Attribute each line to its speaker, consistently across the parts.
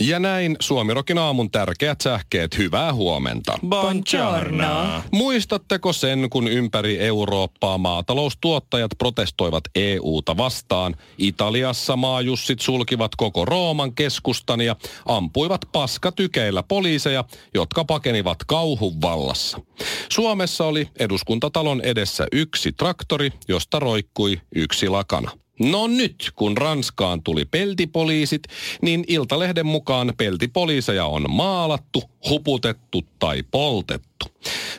Speaker 1: Ja näin Suomirokin aamun tärkeät sähkeet. Hyvää huomenta.
Speaker 2: Buongiorno.
Speaker 1: Muistatteko sen, kun ympäri Eurooppaa maataloustuottajat protestoivat EUta vastaan? Italiassa maajussit sulkivat koko Rooman keskustan ja ampuivat paskatykeillä poliiseja, jotka pakenivat kauhun vallassa. Suomessa oli eduskuntatalon edessä yksi traktori, josta roikkui yksi lakana. No nyt, kun Ranskaan tuli peltipoliisit, niin Iltalehden mukaan peltipoliiseja on maalattu, huputettu tai poltettu.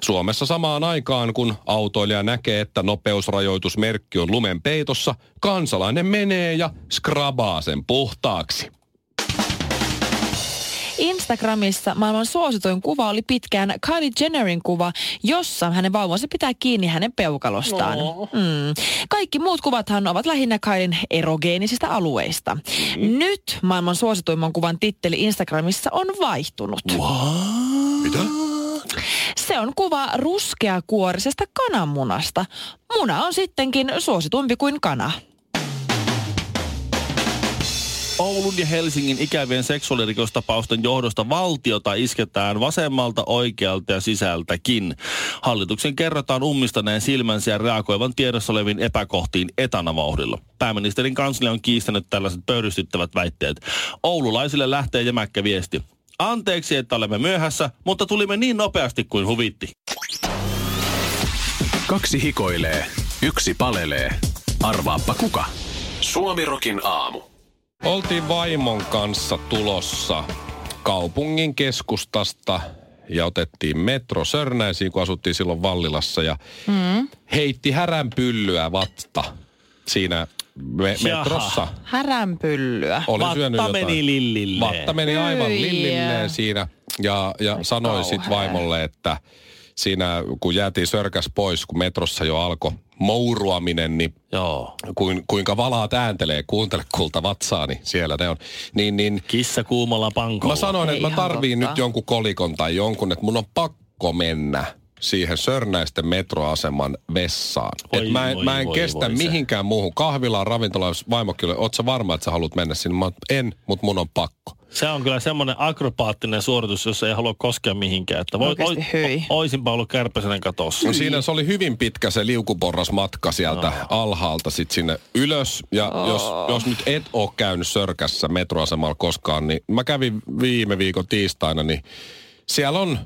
Speaker 1: Suomessa samaan aikaan, kun autoilija näkee, että nopeusrajoitusmerkki on lumen peitossa, kansalainen menee ja skrabaa sen puhtaaksi.
Speaker 2: Instagramissa maailman suosituin kuva oli pitkään Kylie Jennerin kuva, jossa hänen vauvansa pitää kiinni hänen peukalostaan. No. Mm. Kaikki muut kuvathan ovat lähinnä Kylien erogeenisistä alueista. Mm. Nyt maailman suosituimman kuvan titteli Instagramissa on vaihtunut.
Speaker 1: Mitä?
Speaker 2: Se on kuva ruskeakuorisesta kananmunasta. Muna on sittenkin suositumpi kuin kana.
Speaker 3: Oulun ja Helsingin ikävien seksuaalirikostapausten johdosta valtiota isketään vasemmalta, oikealta ja sisältäkin. Hallituksen kerrotaan ummistaneen silmänsä ja reagoivan tiedossa oleviin epäkohtiin etanavauhdilla. Pääministerin kanslia on kiistänyt tällaiset pöyristyttävät väitteet. Oululaisille lähtee jämäkkä viesti. Anteeksi, että olemme myöhässä, mutta tulimme niin nopeasti kuin huvitti.
Speaker 4: Kaksi hikoilee, yksi palelee. Arvaappa kuka? Suomirokin aamu.
Speaker 1: Oltiin vaimon kanssa tulossa kaupungin keskustasta ja otettiin metro Sörnäisiin, kun asuttiin silloin Vallilassa ja
Speaker 3: Hmm.
Speaker 1: mm. heitti häränpyllyä vatta siinä me-
Speaker 3: Jaha.
Speaker 1: metrossa.
Speaker 2: Häränpyllyä.
Speaker 1: Olin
Speaker 3: Vatta
Speaker 1: syönyt jotain.
Speaker 3: meni lillilleen.
Speaker 1: Vatta meni aivan
Speaker 2: Hyi, jää.
Speaker 1: lillilleen siinä ja, ja sanoi sitten
Speaker 2: kauhea.
Speaker 1: vaimolle, että siinä kun jäätiin sörkäs pois, kun metrossa jo alkoi mouruaminen, niin
Speaker 3: Joo.
Speaker 1: kuin, kuinka valaat ääntelee, kuuntele kulta vatsaani, siellä ne on. Niin, niin
Speaker 3: Kissa kuumalla pankolla.
Speaker 1: Mä sanoin,
Speaker 2: Ei
Speaker 1: että mä
Speaker 2: ihan
Speaker 1: tarviin
Speaker 2: totta.
Speaker 1: nyt jonkun kolikon tai jonkun, että mun on pakko mennä siihen Sörnäisten metroaseman vessaan.
Speaker 3: Oi,
Speaker 1: et mä en,
Speaker 3: voi,
Speaker 1: mä en
Speaker 3: voi,
Speaker 1: kestä
Speaker 3: voi se.
Speaker 1: mihinkään muuhun. Kahvilaan, ravintolaan, jos vaimo kyllä, oot sä varma, että sä haluat mennä sinne? Mä oon, en, mutta mun on pakko.
Speaker 3: Se on kyllä semmoinen akrobaattinen suoritus, jossa ei halua koskea mihinkään. Että voi,
Speaker 2: Oikeesti, hyi.
Speaker 3: o, oisinpa ollut kärpäsenen katossa.
Speaker 1: No siinä se oli hyvin pitkä se liukuporras matka sieltä alhaalta sit sinne ylös. Ja jos, jos nyt et ole käynyt Sörkässä metroasemalla koskaan, niin mä kävin viime viikon tiistaina, niin siellä on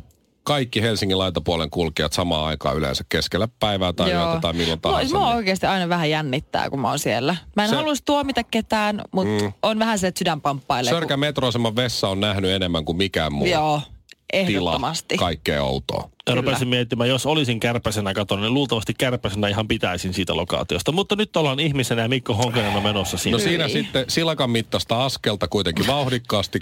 Speaker 1: kaikki Helsingin laitapuolen kulkijat samaan aikaan yleensä keskellä päivää tai yötä tai tota milloin tahansa.
Speaker 2: Mua, mua
Speaker 1: niin.
Speaker 2: oikeasti aina vähän jännittää, kun mä oon siellä. Mä en
Speaker 1: Se-
Speaker 2: se... halus tuomita ketään, mutta mm. on vähän se, että sydän pamppailee. kun-
Speaker 1: Sörkän metroaseman vessa on nähnyt enemmän kuin mikään muu
Speaker 2: Joo,
Speaker 1: tila.
Speaker 2: ehdottomasti.
Speaker 1: Kaikkea outoa.
Speaker 3: Ja rupesin miettimään, jos olisin kärpäsenä katon, niin luultavasti kärpäsenä ihan pitäisin siitä lokaatiosta. Mutta nyt ollaan ihmisenä ja Mikko Honkanen on menossa sinne.
Speaker 1: No siinä
Speaker 2: Niin.
Speaker 1: sitten silakan mittaista askelta kuitenkin vauhdikkaasti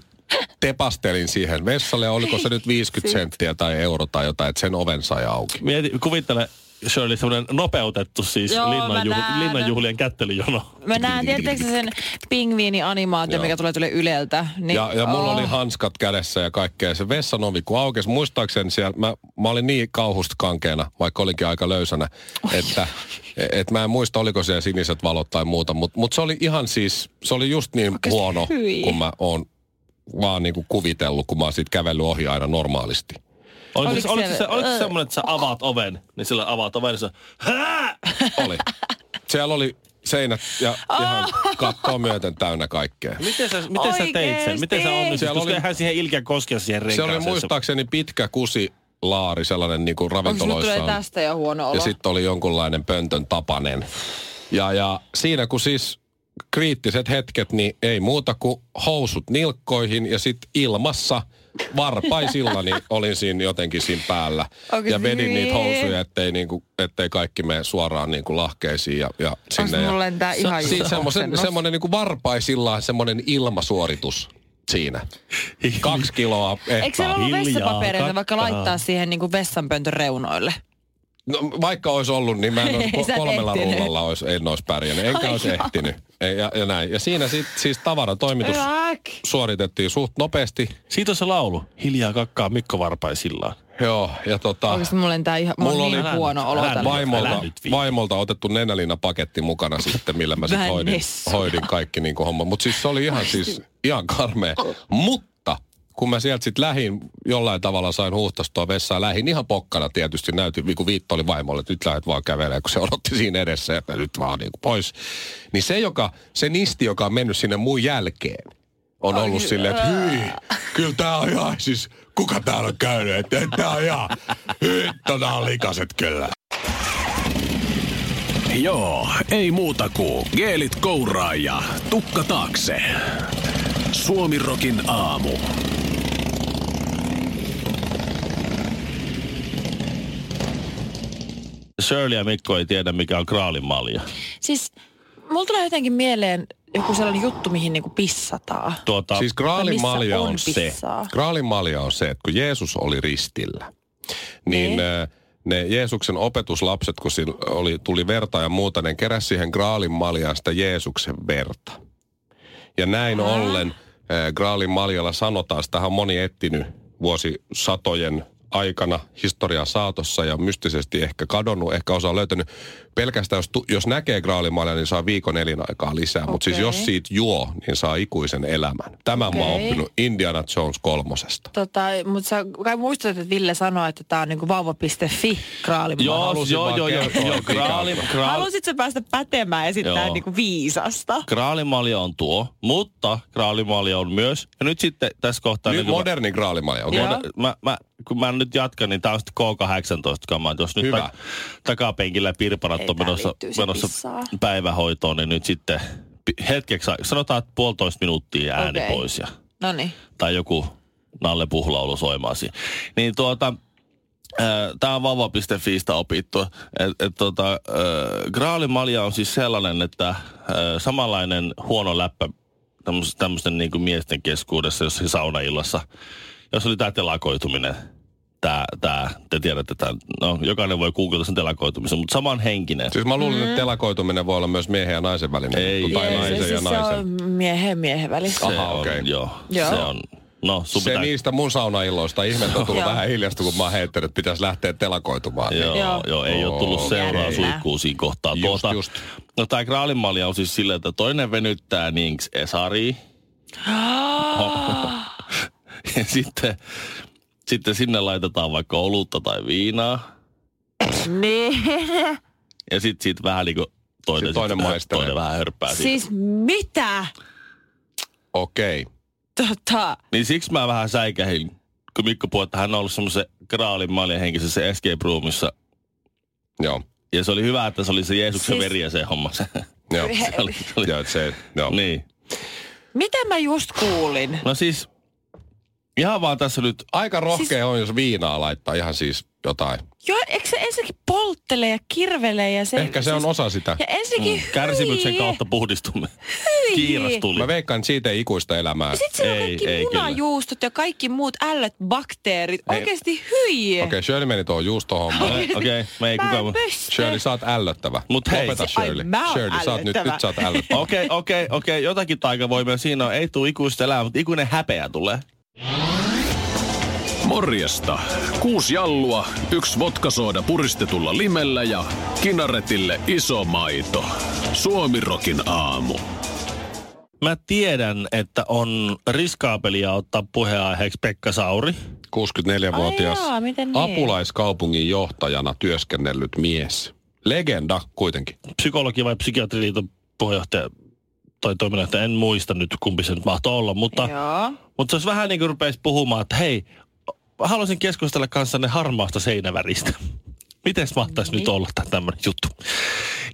Speaker 1: tepastelin siihen vessalle. ja Oliko se nyt 50 senttiä tai euro tai jotain, että sen oven sai auki.
Speaker 3: Mieti, kuvittele, Shirley, semmoinen nopeutettu siis
Speaker 2: Joo, mä
Speaker 3: linnanjuh-
Speaker 2: näen.
Speaker 3: linnanjuhlien kättelyjono.
Speaker 2: Mä näen, tietääkö sä sen pingviini-animaatio,
Speaker 1: Joo.
Speaker 2: mikä tulee tuli Yleltä. Niin,
Speaker 1: Ja, ja mulla
Speaker 2: oh.
Speaker 1: oli hanskat kädessä ja kaikkea. Se vessan ovi kun aukesi, muistaakseni siellä, mä, mä olin niin kauhusta kankeena, vaikka olinkin aika löysänä, että et mä en muista, oliko siellä siniset valot tai muuta, mutta mut se oli ihan siis, se oli just niin
Speaker 2: Oikeesti
Speaker 1: huono,
Speaker 2: hyi.
Speaker 1: kun mä oon vaan niinku kuvitellut, kun mä oon siitä kävellyt ohi aina normaalisti.
Speaker 3: Oliko,
Speaker 2: Oliko
Speaker 3: oliko, oliko,
Speaker 2: siellä-
Speaker 3: se, oliko se
Speaker 2: Ö.
Speaker 3: semmoinen, että sä avaat oven, niin sillä avaat oven, niin sä, Hää!
Speaker 1: Oli. Siellä oli seinät ja
Speaker 2: Oh.
Speaker 1: ihan kattoa myöten täynnä kaikkea.
Speaker 3: Miten sä, miten sä teit sen?
Speaker 2: Oikeesti?
Speaker 3: Miten sä onnistut?
Speaker 1: Siellä
Speaker 3: Koska
Speaker 1: oli-
Speaker 3: eihän siihen ilkeä koskea siihen
Speaker 1: Se oli
Speaker 3: renkaaseen.
Speaker 1: muistaakseni pitkä kusi laari, sellainen niinku
Speaker 2: Onko nyt tulee
Speaker 1: ravintoloissa on.
Speaker 2: tästä jo huono olo?
Speaker 1: Ja sitten oli jonkunlainen pöntön tapanen. Ja, ja siinä kun siis kriittiset hetket, niin ei muuta kuin housut nilkkoihin ja sitten ilmassa varpaisilla, niin olin siinä jotenkin siinä päällä.
Speaker 2: Oikeesti?
Speaker 1: Ja vedin niitä
Speaker 2: niin?
Speaker 1: housuja, ettei, niinku, ettei kaikki mene suoraan niinku lahkeisiin ja, ja sinne.
Speaker 2: Onko
Speaker 1: ja...
Speaker 2: mulla lentää ihan
Speaker 1: Siis
Speaker 2: just
Speaker 1: semmoisen,
Speaker 2: oksennus?
Speaker 1: semmoinen niin varpaisillaan semmoinen ilmasuoritus. Siinä. Kaksi kiloa
Speaker 2: Eikö siellä
Speaker 1: ehtaa.
Speaker 2: ollut
Speaker 3: Hiljaa
Speaker 2: vessapapereita vaikka
Speaker 3: kattaa.
Speaker 2: laittaa siihen niin kuin vessanpöntön reunoille?
Speaker 1: No, vaikka olisi ollut, niin mä en olisi,
Speaker 2: Ei, sä et
Speaker 1: ko- kolmella
Speaker 2: ehtinyt.
Speaker 1: rullalla olisi, en olisi pärjännyt. Enkä olisi ehtinyt. Ei, Ja, ja, näin. ja siinä sit, siis tavaratoimitus
Speaker 2: Rak.
Speaker 1: suoritettiin suht nopeasti.
Speaker 3: Siitä on se laulu. Hiljaa kakkaa Mikko Varpaisillaan.
Speaker 1: Joo, ja tota...
Speaker 2: Oikeasti mulla, tää ihan, mulla,
Speaker 1: Mulla
Speaker 2: on niin
Speaker 3: oli-
Speaker 2: huono olo
Speaker 3: Älä-
Speaker 2: tällä.
Speaker 3: vai-
Speaker 1: vaimolta,
Speaker 3: Älä nyt viitti.
Speaker 1: vaimolta otettu nenäliinapaketti mukana sitten, millä mä sitten hoidin,
Speaker 2: Vanessa.
Speaker 1: hoidin kaikki niin kuin homma. Mutta siis se oli ihan siis ihan karmea. Mutta kun mä sieltä sitten lähin jollain tavalla sain huuhtastua vessaan, lähin ihan pokkana tietysti näytin, niin kun viitto oli vaimolle, että nyt lähdet vaan kävelemään, kun se odotti siinä edessä, ja nyt vaan niin kuin pois. Niin se, joka, se nisti, joka on mennyt sinne muun jälkeen, on ollut silleen, että hyi, kyllä tää on ihan siis, kuka täällä on käynyt, että tää on ihan, hitto, nää on likaset kyllä.
Speaker 4: Joo, ei muuta kuin geelit kouraa ja tukka taakse. Suomirokin aamu.
Speaker 3: Shirley ja Mikko ei tiedä, mikä on kraalin malja.
Speaker 2: Siis mulla tulee jotenkin mieleen joku sellainen juttu, mihin niinku pissataan.
Speaker 3: Tuota,
Speaker 1: Siis
Speaker 3: siis...
Speaker 1: graalin
Speaker 2: missä
Speaker 1: malja on,
Speaker 2: on
Speaker 1: se.
Speaker 2: pissaa?
Speaker 1: Graalin malja on se, että kun Jeesus oli ristillä, niin ne, ne Jeesuksen opetuslapset, kun siinä oli, tuli verta ja muuta, ne keräsi siihen graalin maljaan sitä Jeesuksen verta. Ja näin Aha. ollen eh, graalin maljalla sanotaan, sitä on moni ettinyt vuosisatojen aikana historian saatossa ja mystisesti ehkä kadonnut, ehkä osa on löytänyt. Pelkästään jos, tu- jos näkee graalimalja, niin saa viikon elinaikaa lisää, okay. mutta siis
Speaker 2: Okei.
Speaker 4: jos siitä juo, niin saa ikuisen elämän. Tämä okay. mä oon
Speaker 2: Okei.
Speaker 4: oppinut Indiana Jones kolmosesta.
Speaker 2: Tota, mutta sä kai muistat, että Ville sanoi, että tää on niinku vauva.fi kraalimaa.
Speaker 3: Joo,
Speaker 1: halusin
Speaker 3: joo,
Speaker 1: vaan
Speaker 3: joo, joo,
Speaker 1: kertoa,
Speaker 3: joo,
Speaker 1: mikä
Speaker 3: kraali,
Speaker 1: on.
Speaker 3: kraali,
Speaker 2: Haluaisitko päästä pätemään esittämään
Speaker 3: Joo.
Speaker 2: niinku viisasta?
Speaker 3: kraalimalja on tuo, mutta kraalimalja on myös. Ja nyt sitten tässä kohtaa...
Speaker 1: Nyt
Speaker 3: niin kuin-
Speaker 1: moderni graalimalja, okei?
Speaker 2: Joo.
Speaker 1: Okay?
Speaker 3: Moder- mä, mä, kun mä nyt jatkan, niin tää on sitten K18-kamaa. Jos nyt
Speaker 1: Hyvä.
Speaker 3: ta- takapenkillä
Speaker 2: Ei,
Speaker 3: pirparat on
Speaker 2: tää
Speaker 3: menossa,
Speaker 2: liittyy se
Speaker 3: menossa
Speaker 2: pissaan.
Speaker 3: päivähoitoon, niin nyt sitten pi- hetkeksi, ai- sanotaan, että puolitoista minuuttia ääni
Speaker 2: Okei.
Speaker 3: pois. Ja,
Speaker 2: No niin.
Speaker 3: tai joku Nalle Puhlaulu soimaan siinä. Niin tuota, Tämä on vava.fiistä opittu. Et, et, tota, ää, graalimalja on siis sellainen, että ää, samanlainen huono läppä tämmöisten niin miesten keskuudessa, jos saunaillassa, jos oli tämä telakoituminen, tää, tää, te tiedätte tämän, no jokainen voi googlata sen telakoitumisen, mutta samanhenkinen.
Speaker 1: Siis mä luulin,
Speaker 2: Mm-hmm.
Speaker 1: että telakoituminen voi olla myös miehen ja naisen välinen.
Speaker 3: Ei,
Speaker 1: juttu, tai
Speaker 3: ei,
Speaker 1: naisen ja
Speaker 2: siis se
Speaker 1: naisen.
Speaker 2: on miehen ja miehen välissä.
Speaker 1: Aha,
Speaker 3: on,
Speaker 1: okei.
Speaker 3: joo,
Speaker 2: Joo.
Speaker 3: se on. No, sun
Speaker 1: Se niin
Speaker 3: pitää
Speaker 1: niistä mun saunailloista. Ihmettä on tullut
Speaker 2: Joo.
Speaker 1: vähän hiljasta, kun mä oon heittänyt, että pitäisi lähteä telakoitumaan.
Speaker 3: Joo,
Speaker 2: Joo.
Speaker 3: joo. joo ei ole tullut
Speaker 1: Oo,
Speaker 3: seuraa
Speaker 2: jännä.
Speaker 3: suihkuun siinä kohtaa.
Speaker 1: Just,
Speaker 3: tuota,
Speaker 1: just.
Speaker 3: No tämä graalinmalja on siis silleen, että toinen venyttää niinks Esari. ja sitten, sitten sinne laitetaan vaikka olutta tai viinaa.
Speaker 2: Niin.
Speaker 3: Ja sitten siitä vähän niinku toinen,
Speaker 1: Sit toinen
Speaker 3: sit,
Speaker 1: maistelee.
Speaker 3: toinen vähän hörppää siitä.
Speaker 2: Siis mitä?
Speaker 1: Okei. Okay.
Speaker 2: Tota,
Speaker 3: Niin siksi mä vähän säikähin, kun Mikko puhui, että hän on ollut semmoisen graalinmaljan henkisessä escape roomissa.
Speaker 1: Joo.
Speaker 3: Ja se oli hyvä, että se oli se Jeesuksen
Speaker 2: Siis-
Speaker 3: siis... veri ja se homma. Se
Speaker 1: Joo.
Speaker 3: oli, se oli,
Speaker 1: Joo, et se, joo.
Speaker 3: niin.
Speaker 2: miten mä just kuulin?
Speaker 3: No siis, ihan vaan tässä nyt
Speaker 1: Aika rohkea siis... on, jos viinaa laittaa ihan siis jotain.
Speaker 2: Joo, eikö se ensinnäkin polttele ja kirvele ja se...
Speaker 1: Ehkä se on osa sitä.
Speaker 2: siis- Ja ensinnäkin mm.
Speaker 3: kärsimyksen kautta puhdistumme. Kiiras tuli.
Speaker 1: Mä veikkaan, että siitä ei ikuista elämää.
Speaker 2: Sitten siellä on
Speaker 3: Ei,
Speaker 2: kaikki
Speaker 3: ei kyllä.
Speaker 2: munajuustot ja kaikki muut ällöt bakteerit.
Speaker 1: Ei.
Speaker 2: Oikeesti hyi.
Speaker 1: Okei, okay, Shirley meni tuohon juustohommaan.
Speaker 3: Okei, okay, me ei
Speaker 2: Mä
Speaker 3: kukaan...
Speaker 2: en pysty.
Speaker 1: Shirley, sä oot ällöttävä.
Speaker 3: Mut hei.
Speaker 1: Lopeta
Speaker 3: Ai,
Speaker 1: Shirley.
Speaker 2: siis- mä oon
Speaker 1: Shirley, sä oot nyt,
Speaker 2: ällöttävä.
Speaker 1: nyt sä oot ällöttävä.
Speaker 3: Okei, okei, okei. Jotakin taikavoimia siinä on. Ei tule ikuista elämää, mutta ikuinen häpeä tulee.
Speaker 4: Morjesta. Kuusi jallua, yksi vodkasooda puristetulla limellä ja kinaretille iso maito. Suomirokin aamu.
Speaker 3: Mä tiedän, että on riskaapelia ottaa puheenaiheeksi Pekka Sauri.
Speaker 1: 64-vuotias
Speaker 2: Ai jaa, miten niin?
Speaker 1: apulaiskaupungin johtajana työskennellyt mies. Legenda kuitenkin.
Speaker 3: Psykologi vai psykiatriliiton puheenjohtaja tai toiminnanjohtaja, en muista nyt kumpi se nyt mahtoi olla, mutta...
Speaker 2: Joo.
Speaker 3: Mutta se olisi vähän niin kuin rupeisi puhumaan, että hei, haluaisin keskustella kanssanne harmaasta seinäväristä. Miten mahtaisi
Speaker 2: No
Speaker 3: nyt olla tämmöinen Niin juttu?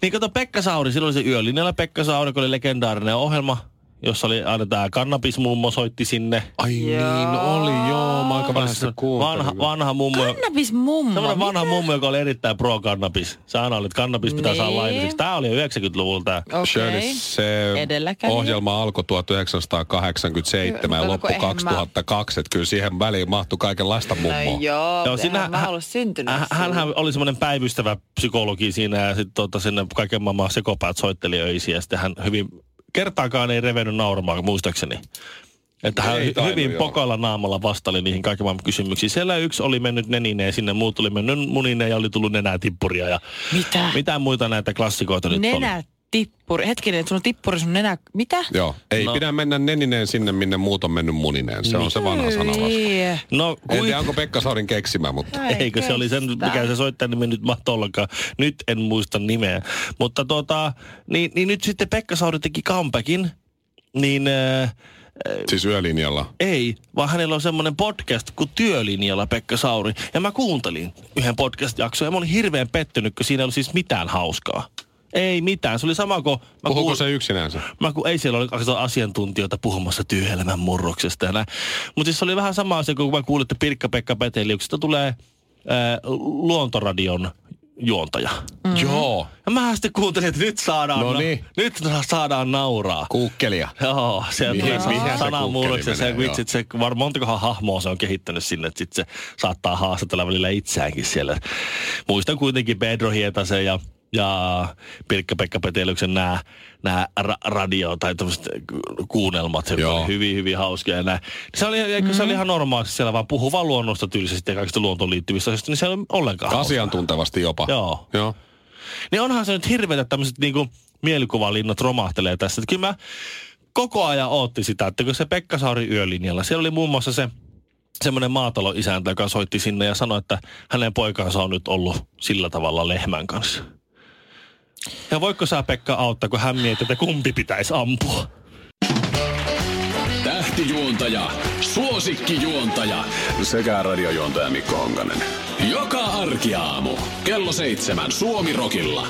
Speaker 3: Niin kato Pekka Sauri, silloin oli se yölinjalla Pekka Sauri, kun oli legendaarinen ohjelma, jossa oli aina tämä kannabismummo soitti sinne.
Speaker 1: Ai niin oli, joo. Mä aika vähän sitä kuuntelin.
Speaker 3: Vanha, vanha mummo.
Speaker 2: Kannabis mummo.
Speaker 3: Semmoinen vanha mummo, joka oli erittäin pro-kannabis. Sähän oli, että kannabis pitää saada
Speaker 2: Niin.
Speaker 3: lailliseksi. Tää oli jo 90-luvulta. tää.
Speaker 1: Shirley,
Speaker 2: Okei.
Speaker 1: se
Speaker 2: Edelläkävijä.
Speaker 1: ohjelma alkoi 1987 ja
Speaker 2: Mutta
Speaker 1: loppu
Speaker 2: kun eihän mä- No
Speaker 1: 2002. että Kyllä siihen väliin mahtui kaikenlaista mummoa.
Speaker 2: joo,
Speaker 3: Joo, siinä
Speaker 2: enhän mä
Speaker 3: hän-
Speaker 2: ollut syntynyt.
Speaker 3: Äh, Hänhän oli semmoinen päivystävä psykologi siinä ja sitten tota, sinne kaiken maailman sekopäät soitteli öisiä. Ja sitten hän hyvin, kertaakaan ei revennyt nauramaan, muistaakseni. Että hän
Speaker 1: Ei
Speaker 3: hy-
Speaker 1: tainnut,
Speaker 3: hyvin
Speaker 1: joo.
Speaker 3: pokalla naamalla vastaili niihin kaiken maailman kysymyksiin. Siellä yksi oli mennyt nenineen sinne, muut oli mennyt munineen ja oli tullut nenätippuria. Ja
Speaker 1: Äh.
Speaker 2: Mitä?
Speaker 3: mitä muita näitä klassikoita nyt oli?
Speaker 2: Nenä tippuri. Hetkinen, että sulla on tippuri sun nenä. Mitä?
Speaker 1: Joo, ei
Speaker 3: No.
Speaker 1: pidä mennä nenineen sinne, minne muut on mennyt munineen. Se on se
Speaker 2: Niin.
Speaker 1: vanha sananlasku.
Speaker 2: Ei.
Speaker 3: No,
Speaker 1: En
Speaker 3: kuit-
Speaker 1: tiedä, onko Pekka Saurin keksimä, mutta...
Speaker 2: Ai
Speaker 3: Eikö se oli sen,
Speaker 2: kestä.
Speaker 3: mikä se soittajanimi nyt mahtoi ollakaan. Nyt en muista nimeä. Mutta tota, niin, niin nyt sitten Pekka Sauri teki comebackin, niin äh,
Speaker 1: Siis yölinjalla.
Speaker 3: ei, vaan hänellä on semmoinen podcast kuin Työlinjalla Pekka Sauri. Ja mä kuuntelin yhden podcast-jakson ja mä olin hirveän pettynyt, kun siinä ei ollut siis mitään hauskaa. Ei mitään, se oli sama kuin... Mä
Speaker 1: Puhuuko
Speaker 3: kuul-
Speaker 1: se yksinänsä?
Speaker 3: Mä kun ei siellä ole kaksi asiantuntijoita puhumassa työelämän murroksesta. Mutta siis se oli vähän sama asia, kun mä kuulin, että Pirkka-Pekka Peteliuksestä tulee ää, luontoradion juontaja.
Speaker 2: Mm.
Speaker 1: Joo.
Speaker 3: Ja mä sitten kuuntelin, että nyt saadaan,
Speaker 1: No niin.
Speaker 3: nyt saadaan nauraa.
Speaker 1: Kuukkelia.
Speaker 3: Joo, se
Speaker 1: Mihin-
Speaker 3: tulee
Speaker 1: mihin se
Speaker 3: sananmurroksi.
Speaker 1: kukkeli
Speaker 3: Se,
Speaker 1: menee,
Speaker 3: vitsit, se, var, montakohan hahmoa se on kehittänyt sinne, että sit se saattaa haastatella välillä itseäänkin siellä. Muistan kuitenkin Pedro Hietasen ja ja Pirkka-Pekka Petelyksen nämä, nämä ra- radio- tai tämmöiset ku- kuunnelmat, se
Speaker 1: Joo.
Speaker 3: oli hyvin, hyvin hauskoja. ja nää. Se oli, mm se oli ihan normaalisti siellä, vaan puhuu vaan luonnosta tyylisesti ja kaikista luontoon liittyvistä asioista, niin se ei ole ollenkaan hauska.
Speaker 1: Asiantuntevasti jopa.
Speaker 3: Joo.
Speaker 1: Joo.
Speaker 3: Niin onhan se nyt hirveetä tämmöiset niinku mielikuvalinnat romahtelee tässä. Et Kyllä mä koko ajan ootti sitä, että kun se Pekka Sauri yölinjalla, siellä oli muun muassa se semmoinen maataloisäntä, joka soitti sinne ja sanoi, että hänen poikansa on nyt ollut sillä tavalla lehmän kanssa. Ja voiko sä Pekka auttaa, kun hän miettii, että kumpi pitäisi ampua?
Speaker 4: Tähtijuontaja, suosikkijuontaja sekä radiojuontaja Mikko Honkanen. Joka arkiaamu kello seitsemän Suomi Rokilla.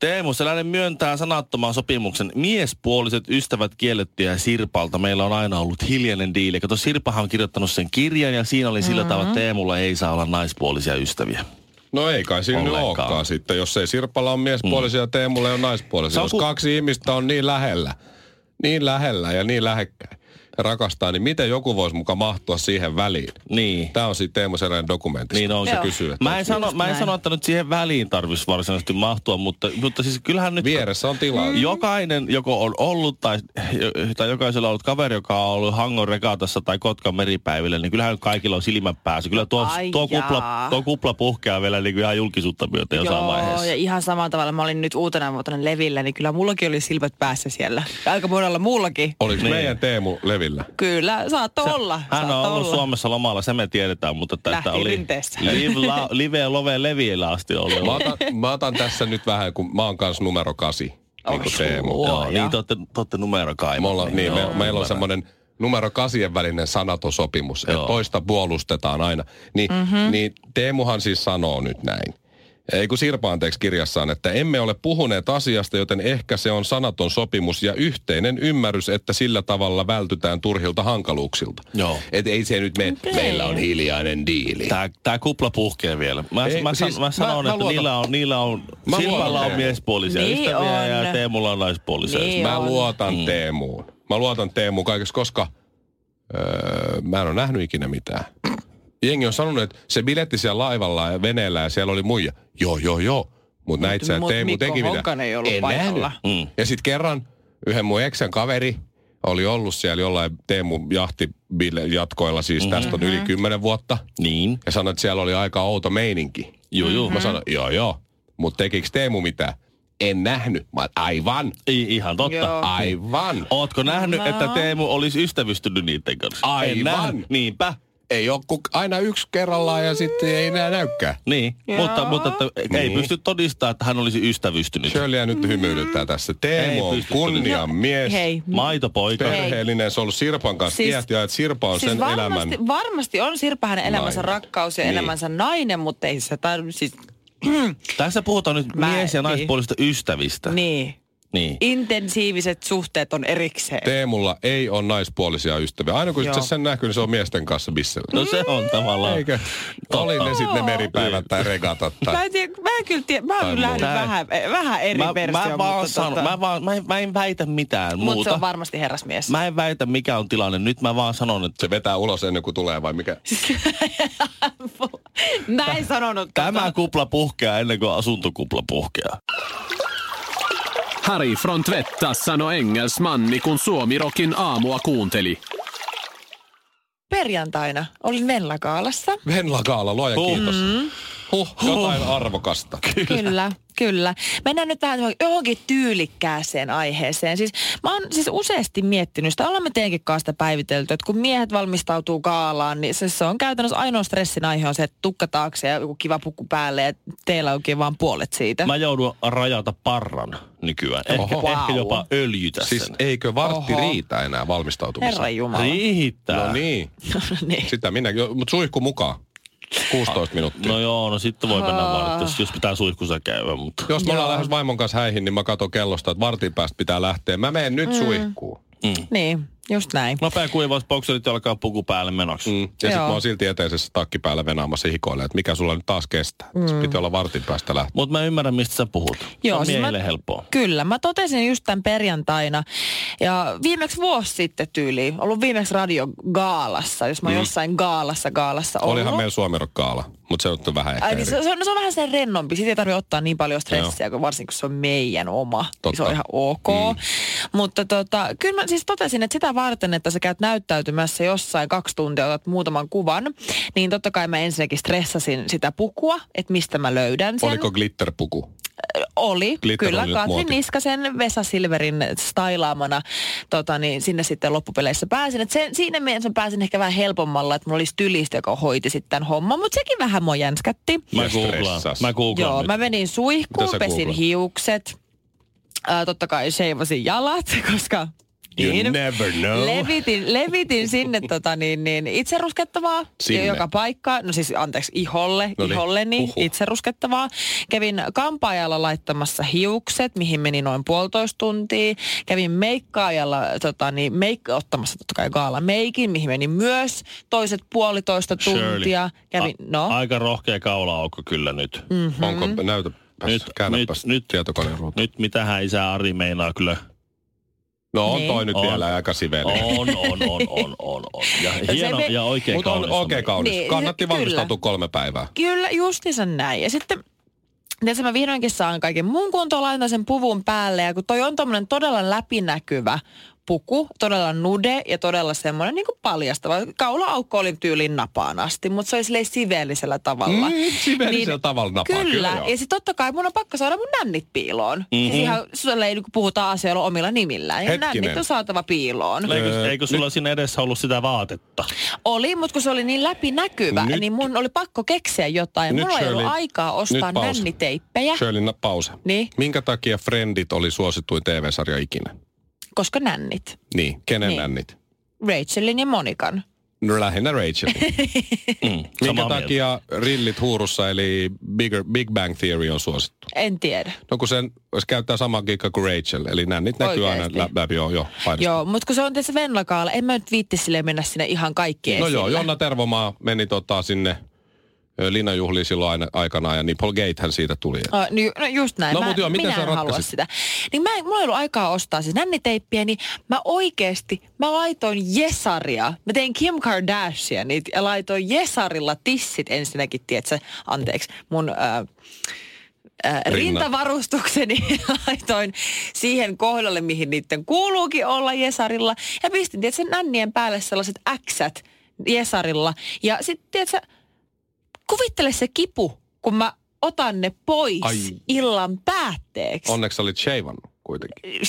Speaker 3: Teemu Selänen myöntää sanattoman sopimuksen. Miespuoliset ystävät kiellettyjä Sirpalta. Meillä on aina ollut hiljainen diili. Kato, Sirpahan on kirjoittanut sen kirjan ja siinä oli sillä tavalla, että Teemulla ei saa olla naispuolisia ystäviä.
Speaker 1: No ei kai siinä nyt
Speaker 3: Ollenkaan.
Speaker 1: olekaan sitten, jos ei Sirpalla on miespuolisia
Speaker 4: Mm.
Speaker 1: ja Teemulla ei ole naispuolisia.
Speaker 3: Se on
Speaker 1: Jos
Speaker 3: ku-
Speaker 1: kaksi ihmistä on niin lähellä, niin lähellä ja niin lähekkäin ja rakastaa, niin miten joku voisi muka mahtua siihen väliin?
Speaker 3: Niin.
Speaker 1: Tämä on siitä Teemu Selän dokumentista.
Speaker 3: Niin on se.
Speaker 1: se kysyy, että
Speaker 3: Mä en, sano, mä en
Speaker 2: Näin.
Speaker 3: sano, että nyt siihen väliin tarvitsisi varsinaisesti mahtua, mutta, mutta siis kyllähän nyt...
Speaker 1: vieressä on
Speaker 4: Mm.
Speaker 1: tilaa.
Speaker 2: Mm.
Speaker 3: Jokainen joko on ollut tai, tai jokaisella on ollut kaveri, joka on ollut Hangon regatassa tai Kotkan meripäivillä, niin kyllähän kaikilla on silmät päässä. Kyllä tuo,
Speaker 2: Ai
Speaker 3: tuo, kupla,
Speaker 2: jaa.
Speaker 3: tuo kupla puhkeaa vielä niin kuin ihan julkisuutta myöten jossain vaiheessa.
Speaker 2: ja ihan samalla tavalla. Mä olin nyt uutena vuotena levillä, niin kyllä mullakin oli silmät päässä siellä. Ja Aika monella muullakin.
Speaker 1: Oliko
Speaker 3: Niin.
Speaker 1: meidän Teemu levillä?
Speaker 2: Kyllä, saattoi olla.
Speaker 3: Hän on
Speaker 2: saattoi
Speaker 3: ollut
Speaker 2: olla.
Speaker 3: Suomessa lomalla, se me tiedetään, mutta että, että
Speaker 2: Lähti
Speaker 3: oli
Speaker 2: rinteessä.
Speaker 3: live, la, live ja love leviillä asti ollut.
Speaker 1: Mä otan, mä otan tässä nyt vähän, kun mä oon kanssa numero kasi, niin kuin Teemu.
Speaker 3: Joo,
Speaker 2: Luoja.
Speaker 3: niin te olette, te olette numerokaimo.
Speaker 1: Me ollaan, niin, me, meillä on semmoinen numero kasien välinen sanatosopimus, että
Speaker 3: Joo. Mhm.
Speaker 1: toista puolustetaan aina. Ni, mm-hmm. Niin Teemuhan siis sanoo nyt näin. Ei kun Sirpa anteeksi kirjassaan, että emme ole puhuneet asiasta, joten ehkä se on sanaton sopimus ja yhteinen ymmärrys, että sillä tavalla vältytään turhilta hankaluuksilta.
Speaker 3: Joo.
Speaker 1: Et ei se nyt me, meillä on hiljainen diili.
Speaker 3: Tää, tää kupla puhkee vielä. Mä,
Speaker 1: Ei,
Speaker 3: Ei, mä,
Speaker 1: siis
Speaker 3: siis, mä
Speaker 1: mä-
Speaker 3: sanon, mä,
Speaker 1: mä
Speaker 3: että mä
Speaker 1: luotan.
Speaker 3: niillä on, niillä on,
Speaker 1: Mä
Speaker 3: Silpalla
Speaker 1: luotan
Speaker 3: on
Speaker 1: teidän.
Speaker 3: miespuolisia
Speaker 2: Niin
Speaker 3: ystäviä ja
Speaker 2: on.
Speaker 3: Teemulla on naispuolisia Siis
Speaker 2: Niin
Speaker 3: ystäviä.
Speaker 1: Mä
Speaker 2: on.
Speaker 1: luotan mm. Teemuun. Mä luotan Teemuun kaikessa, koska öö, mä en ole nähnyt ikinä mitään. Jengi on sanonut, että se biletti siellä laivalla ja veneellä ja siellä oli muija. Joo, joo, joo. Mut näit sä, että
Speaker 2: mut
Speaker 1: Teemu
Speaker 2: Mikko
Speaker 1: teki mitä.
Speaker 2: Honkanen ei ollut
Speaker 1: en
Speaker 2: paikalla.
Speaker 1: nähnyt. Mm. Ja sitten kerran yhden mun eksän kaveri oli ollut siellä jollain Teemun jahtijatkoilla, siis mm-hmm. tästä on yli kymmenen vuotta.
Speaker 3: Niin.
Speaker 1: Ja sanoi, että siellä oli aika outo meininki.
Speaker 3: Juu, juu.
Speaker 1: Mä sanoin,
Speaker 2: Mm-hmm.
Speaker 1: joo, joo. Mutta tekikö Teemu mitään? En nähnyt. Mä oon, aivan,
Speaker 3: I, ihan totta.
Speaker 2: Joo.
Speaker 1: aivan.
Speaker 3: Ootko nähnyt, että
Speaker 5: No.
Speaker 3: Teemu olisi ystävystynyt niiden kanssa?
Speaker 1: Aivan.
Speaker 3: En nähnyt. Niinpä.
Speaker 1: ei ole kuin aina yksi kerrallaan ja sitten ei enää näykään.
Speaker 3: Niin, mutta, mutta että ei
Speaker 1: Niin.
Speaker 3: pysty todistamaan, että hän olisi ystävystynyt.
Speaker 1: Shirleyä nyt hymyilyttää tässä.
Speaker 3: Ei No,
Speaker 1: Teemu on
Speaker 3: pysty
Speaker 1: kunnian mies.
Speaker 2: Hei.
Speaker 3: Maitopoika.
Speaker 1: Perheellinen, se on ollut Sirpan kanssa siis,
Speaker 2: Siis-
Speaker 1: tiettyä, että Sirpa on siis sen
Speaker 2: varmasti,
Speaker 1: elämän.
Speaker 2: varmasti on Sirpa hänen elämänsä
Speaker 1: Nainen.
Speaker 2: rakkaus ja
Speaker 1: Niin.
Speaker 2: elämänsä nainen, mutta ei se tar- siis,
Speaker 3: Tässä puhutaan nyt
Speaker 2: Mä-
Speaker 3: mies- ja
Speaker 2: niin.
Speaker 3: naispuolista ystävistä.
Speaker 2: niin.
Speaker 3: Niin.
Speaker 5: Intensiiviset suhteet on erikseen.
Speaker 1: Teemulla ei ole naispuolisia ystäviä. Aina kun
Speaker 5: Joo.
Speaker 1: se sen näkyy, niin se on miesten kanssa missä.
Speaker 3: No se on tavallaan.
Speaker 1: Eikö? Oli ne sitten ne meripäivät tai regatat tai...
Speaker 5: Mä en, tiedä, mä en kyllä tiedä, mä
Speaker 1: Tai
Speaker 5: oon lähdin
Speaker 3: muuta.
Speaker 5: vähän, eh, vähän eri
Speaker 3: Mä,
Speaker 5: versio.
Speaker 3: mä, vaan sanon, mä, vaan, mä, en, mä en väitä mitään
Speaker 5: Mutta
Speaker 3: muuta.
Speaker 5: se on varmasti herrasmies.
Speaker 3: Mä en väitä mikä on tilanne. Nyt mä vaan sanon, että
Speaker 1: Se vetää ulos ennen kuin tulee vai mikä?
Speaker 5: Mä en sanonut tota-
Speaker 3: tämä kupla puhkeaa ennen kuin asuntokupla puhkeaa.
Speaker 4: Harry från Tvätta sanoi engelsmanni, kun Suomirokin aamua kuunteli.
Speaker 2: Perjantaina olin Vennakaalassa.
Speaker 1: Venla Kaala, luoja
Speaker 3: Huh.
Speaker 1: kiitos. Huh, jotain arvokasta.
Speaker 2: Kyllä, kyllä. Mennään nyt tähän johonkin tyylikkääseen aiheeseen. Siis, mä oon siis useasti miettinyt sitä, ollaan me teidänkin kanssa sitä päivitelty, että kun miehet valmistautuu gaalaan, niin se, se on käytännössä ainoa stressin aihe on se, että tukka taakse ja joku kiva pukku päälle ja teillä onkin vaan puolet siitä.
Speaker 3: Mä joudun rajata parran nykyään. Ehkä,
Speaker 1: Oho.
Speaker 3: ehkä
Speaker 5: Wow.
Speaker 3: jopa öljytä
Speaker 1: Siis
Speaker 3: sen.
Speaker 1: eikö vartti
Speaker 5: Oho.
Speaker 1: riitä enää valmistautumiseen?
Speaker 5: Herra Jumala.
Speaker 3: Riittää.
Speaker 1: No niin,
Speaker 2: niin.
Speaker 1: sitä minä, mutta suihku mukaan. 16 minuuttia.
Speaker 3: No joo, no sitten voi mennä vaan, jos, jos pitää suihkussa käydä, mutta...
Speaker 1: Jos me ollaan lähes vaimon kanssa häihin, niin mä katon kellosta, että vartin päästä pitää lähteä. Mä menen nyt mm. suihkuun.
Speaker 2: niin, just näin.
Speaker 3: Nopea kuivaus, bokserit alkaa puku päälle menoksi.
Speaker 1: Mm.
Speaker 3: Mm.
Speaker 1: Ja sitten
Speaker 2: Joo.
Speaker 1: mä oon silti eteisessä takki päällä venaamassa hikoille, että mikä sulla nyt taas kestää. Mm. Se piti olla vartin päästä lähteä.
Speaker 3: Mutta mä ymmärrän, mistä sä puhut.
Speaker 2: Joo,
Speaker 3: Joo, on
Speaker 2: siis
Speaker 3: miehille
Speaker 2: mä-
Speaker 3: helppoa.
Speaker 2: Kyllä, mä totesin just tämän perjantaina ja viimeksi vuosi sitten tyyliin, ollut viimeksi radiogaalassa, jos mä oon jossain gaalassa gaalassa ollut.
Speaker 1: Olihan meillä suomirokkaala, mutta se nyt on vähän ehkä
Speaker 2: Ai,
Speaker 1: eri.
Speaker 2: niin se, se, on, se on vähän sen rennompi. Siitä ei tarvitse ottaa niin paljon stressiä, kun varsinkin kun se on meidän oma. Niin Se
Speaker 1: Totta.
Speaker 2: on ihan ok. Mm. Mutta tota, kyllä mä siis totesin, että sitä varten, että sä käyt näyttäytymässä jossain kaksi tuntia, otat muutaman kuvan, niin totta kai mä ensinnäkin stressasin sitä pukua, että mistä mä löydän sen.
Speaker 1: Oliko glitterpuku?
Speaker 2: Oli,
Speaker 1: Glitter
Speaker 2: kyllä.
Speaker 1: oli nyt
Speaker 2: Katrin
Speaker 1: muoti.
Speaker 2: Niskasen Vesa Silverin stailaamana tota, niin sinne sitten loppupeleissä pääsin. Et sen, siinä mielessä mä pääsin ehkä vähän helpommalla, että mulla olisi tylistä, joka hoiti sitten tämän homman. Mutta sekin vähän mua jänskätti.
Speaker 3: Mä
Speaker 1: Ja
Speaker 3: googlaan.
Speaker 1: stressas.
Speaker 3: Mä googlaan
Speaker 2: Joo,
Speaker 3: nyt.
Speaker 2: mä menin
Speaker 1: Mitä
Speaker 2: suihkuun,
Speaker 1: sä
Speaker 2: pesin
Speaker 1: googlaat?
Speaker 2: hiukset. Ää, totta kai seivasin jalat, koska... niin,
Speaker 1: You never know.
Speaker 2: Levitin, levitin sinne tota, niin, niin, itse ruskettavaa
Speaker 1: Sinne.
Speaker 2: joka paikka. No siis anteeksi, iholle,
Speaker 1: No niin,
Speaker 2: iholleni
Speaker 1: huhu.
Speaker 2: itse ruskettavaa. Kävin kampaajalla laittamassa hiukset, mihin meni noin puolitoista tuntia. Kävin meikkaajalla tota, niin, meik- ottamassa totta kai gaala meikin, mihin meni myös toiset puolitoista tuntia. Kävin,
Speaker 3: A-
Speaker 2: no.
Speaker 3: Aika rohkea kaulaaukko kyllä nyt. Mm.
Speaker 2: Mhm.
Speaker 1: Mm-hmm. Onko, näytäpäs,
Speaker 3: Nyt-
Speaker 1: käännäpäs
Speaker 3: nyt- nyt-
Speaker 1: tietokoneen ruutu.
Speaker 3: Nyt mitähän isä Ari meinaa kyllä.
Speaker 1: No on
Speaker 2: Niin.
Speaker 1: toi nyt
Speaker 3: On.
Speaker 1: vielä aika siveli.
Speaker 3: On, on, on, on, on, on. Ja
Speaker 2: se
Speaker 3: hieno
Speaker 2: me-
Speaker 3: ja oikein
Speaker 1: Mutta on
Speaker 3: kaunis.
Speaker 1: oikein kaunis.
Speaker 2: Niin,
Speaker 1: Kannatti
Speaker 2: se- kyllä.
Speaker 1: valmistautua kolme päivää.
Speaker 2: Kyllä, justiinsa näin. Ja sitten tässä mä vihdoinkin saan kaiken mun kuntoon, laitan sen puvun päälle. Ja kun toi on tommonen todella läpinäkyvä puku, todella nude ja todella semmoinen niin kuin paljastava. Kaula-aukko oli tyyliin napaan asti, mutta se oli silleen siveellisellä tavalla. Niin,
Speaker 1: Mm, siveellisellä tavalla napaan,
Speaker 2: Kyllä,
Speaker 1: kyllä
Speaker 2: kyllä
Speaker 1: joo.
Speaker 2: ja sitten totta kai mun on pakko saada mun nännit piiloon. Mm-hmm. Siis ihan sulle ei niin kuin puhuta asioilla omilla nimillään. Ja
Speaker 1: Hetkinen.
Speaker 2: nännit on saatava piiloon.
Speaker 3: Eikö, eikö sulla siinä edessä ollut sitä vaatetta?
Speaker 2: Oli, mutta kun se oli niin läpinäkyvä,
Speaker 1: Nyt-
Speaker 2: nyt, niin mun oli pakko keksiä jotain.
Speaker 1: Nyt,
Speaker 2: Mulla ei ollut
Speaker 1: Shirley,
Speaker 2: aikaa
Speaker 1: nyt
Speaker 2: ostaa
Speaker 1: pausa.
Speaker 2: nänniteippejä,
Speaker 1: Shirley, na- pause.
Speaker 2: Niin.
Speaker 1: Minkä takia Friendit oli suosituin TV-sarja ikinä?
Speaker 2: koska nännit.
Speaker 1: Niin, kenen niin.
Speaker 2: Niin.
Speaker 1: nännit?
Speaker 2: Rachelin ja Monikan.
Speaker 1: No lähinnä Rachelin.
Speaker 3: Mm,
Speaker 1: Minkä
Speaker 3: samaa mieltä.
Speaker 1: takia rillit huurussa eli Bigger, Big Bang Theory on suosittu?
Speaker 2: En tiedä.
Speaker 1: No kun sen se käyttää samaa kikkaa kuin Rachel, eli nännit näkyy aina
Speaker 2: Oikeesti?
Speaker 1: lä- läpi, joo, joo, paidosta.
Speaker 2: Joo, mutta kun se on tässä Venlakaalla, en mä nyt viitti sille mennä sinne ihan kaikkeen
Speaker 1: No joo,
Speaker 2: esille.
Speaker 1: Jonna Tervomaa meni tota sinne ö, linnanjuhliin silloin aina, aikanaan ja Nipplegate hän siitä tuli.
Speaker 2: Oh, no, ju- no just näin.
Speaker 1: No,
Speaker 2: mä,
Speaker 1: mut joo, miten
Speaker 2: minä
Speaker 1: sä
Speaker 2: en halua
Speaker 1: ratkaisit?
Speaker 2: sitä. Niin mä, en- mulla ei ollut aikaa ostaa siis nänniteippiä, niin mä oikeesti, mä laitoin Jesaria. Mä tein Kim Kardashian niitä ja laitoin Jesarilla tissit ensinnäkin, tietsä, anteeksi, mun... Äh, äh, rintavarustukseni niin laitoin siihen kohdalle, mihin niiden kuuluukin olla Jesarilla. Ja pistin, tiedätkö, nännien päälle sellaiset äksät Jesarilla. Ja sitten, tiedätkö, kuvittele se kipu, kun mä otan ne pois
Speaker 1: Ai.
Speaker 2: Ai. illan päätteeksi.
Speaker 1: Onneksi olit sheivannut kuitenkin.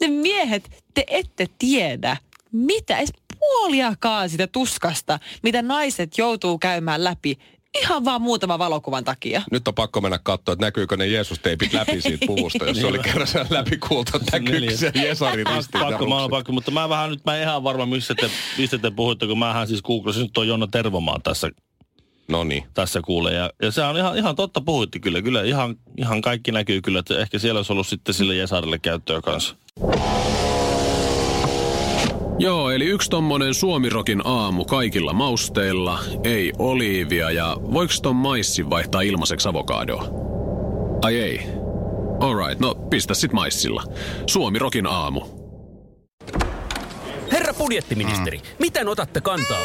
Speaker 2: Ne miehet, te ette tiedä, mitä edes puoliakaan sitä tuskasta, mitä naiset joutuu käymään läpi ihan vaan muutaman valokuvan takia.
Speaker 1: Nyt on pakko mennä katsoa, että näkyykö ne Jeesus-teipit läpi siitä puvusta, jos se oli kerran sen läpi kuultu, että näkyykö
Speaker 3: Niin.
Speaker 1: se Jesarin ristiin.
Speaker 3: Pakko, mä oon pakko, mutta mä vähän nyt, mä en ihan varma, mistä te, mistä te puhuitte, kun mähän siis googlasin nyt on Jonna Tervomaa tässä
Speaker 1: No niin.
Speaker 3: tässä kuulee. Ja, ja se on ihan, ihan totta puhuitti kyllä. Kyllä ihan, ihan kaikki näkyy kyllä, että ehkä siellä olisi ollut sitten sille Jesarille käyttöä kanssa.
Speaker 4: Joo, eli yksi tommonen suomirokin aamu kaikilla mausteilla, ei oliivia ja voiko ton maissin vaihtaa ilmaiseksi avokadoa? Ai ei. Alright, no pistä sit maissilla. Suomirokin aamu.
Speaker 6: Herra budjettiministeri, mm. miten otatte kantaa?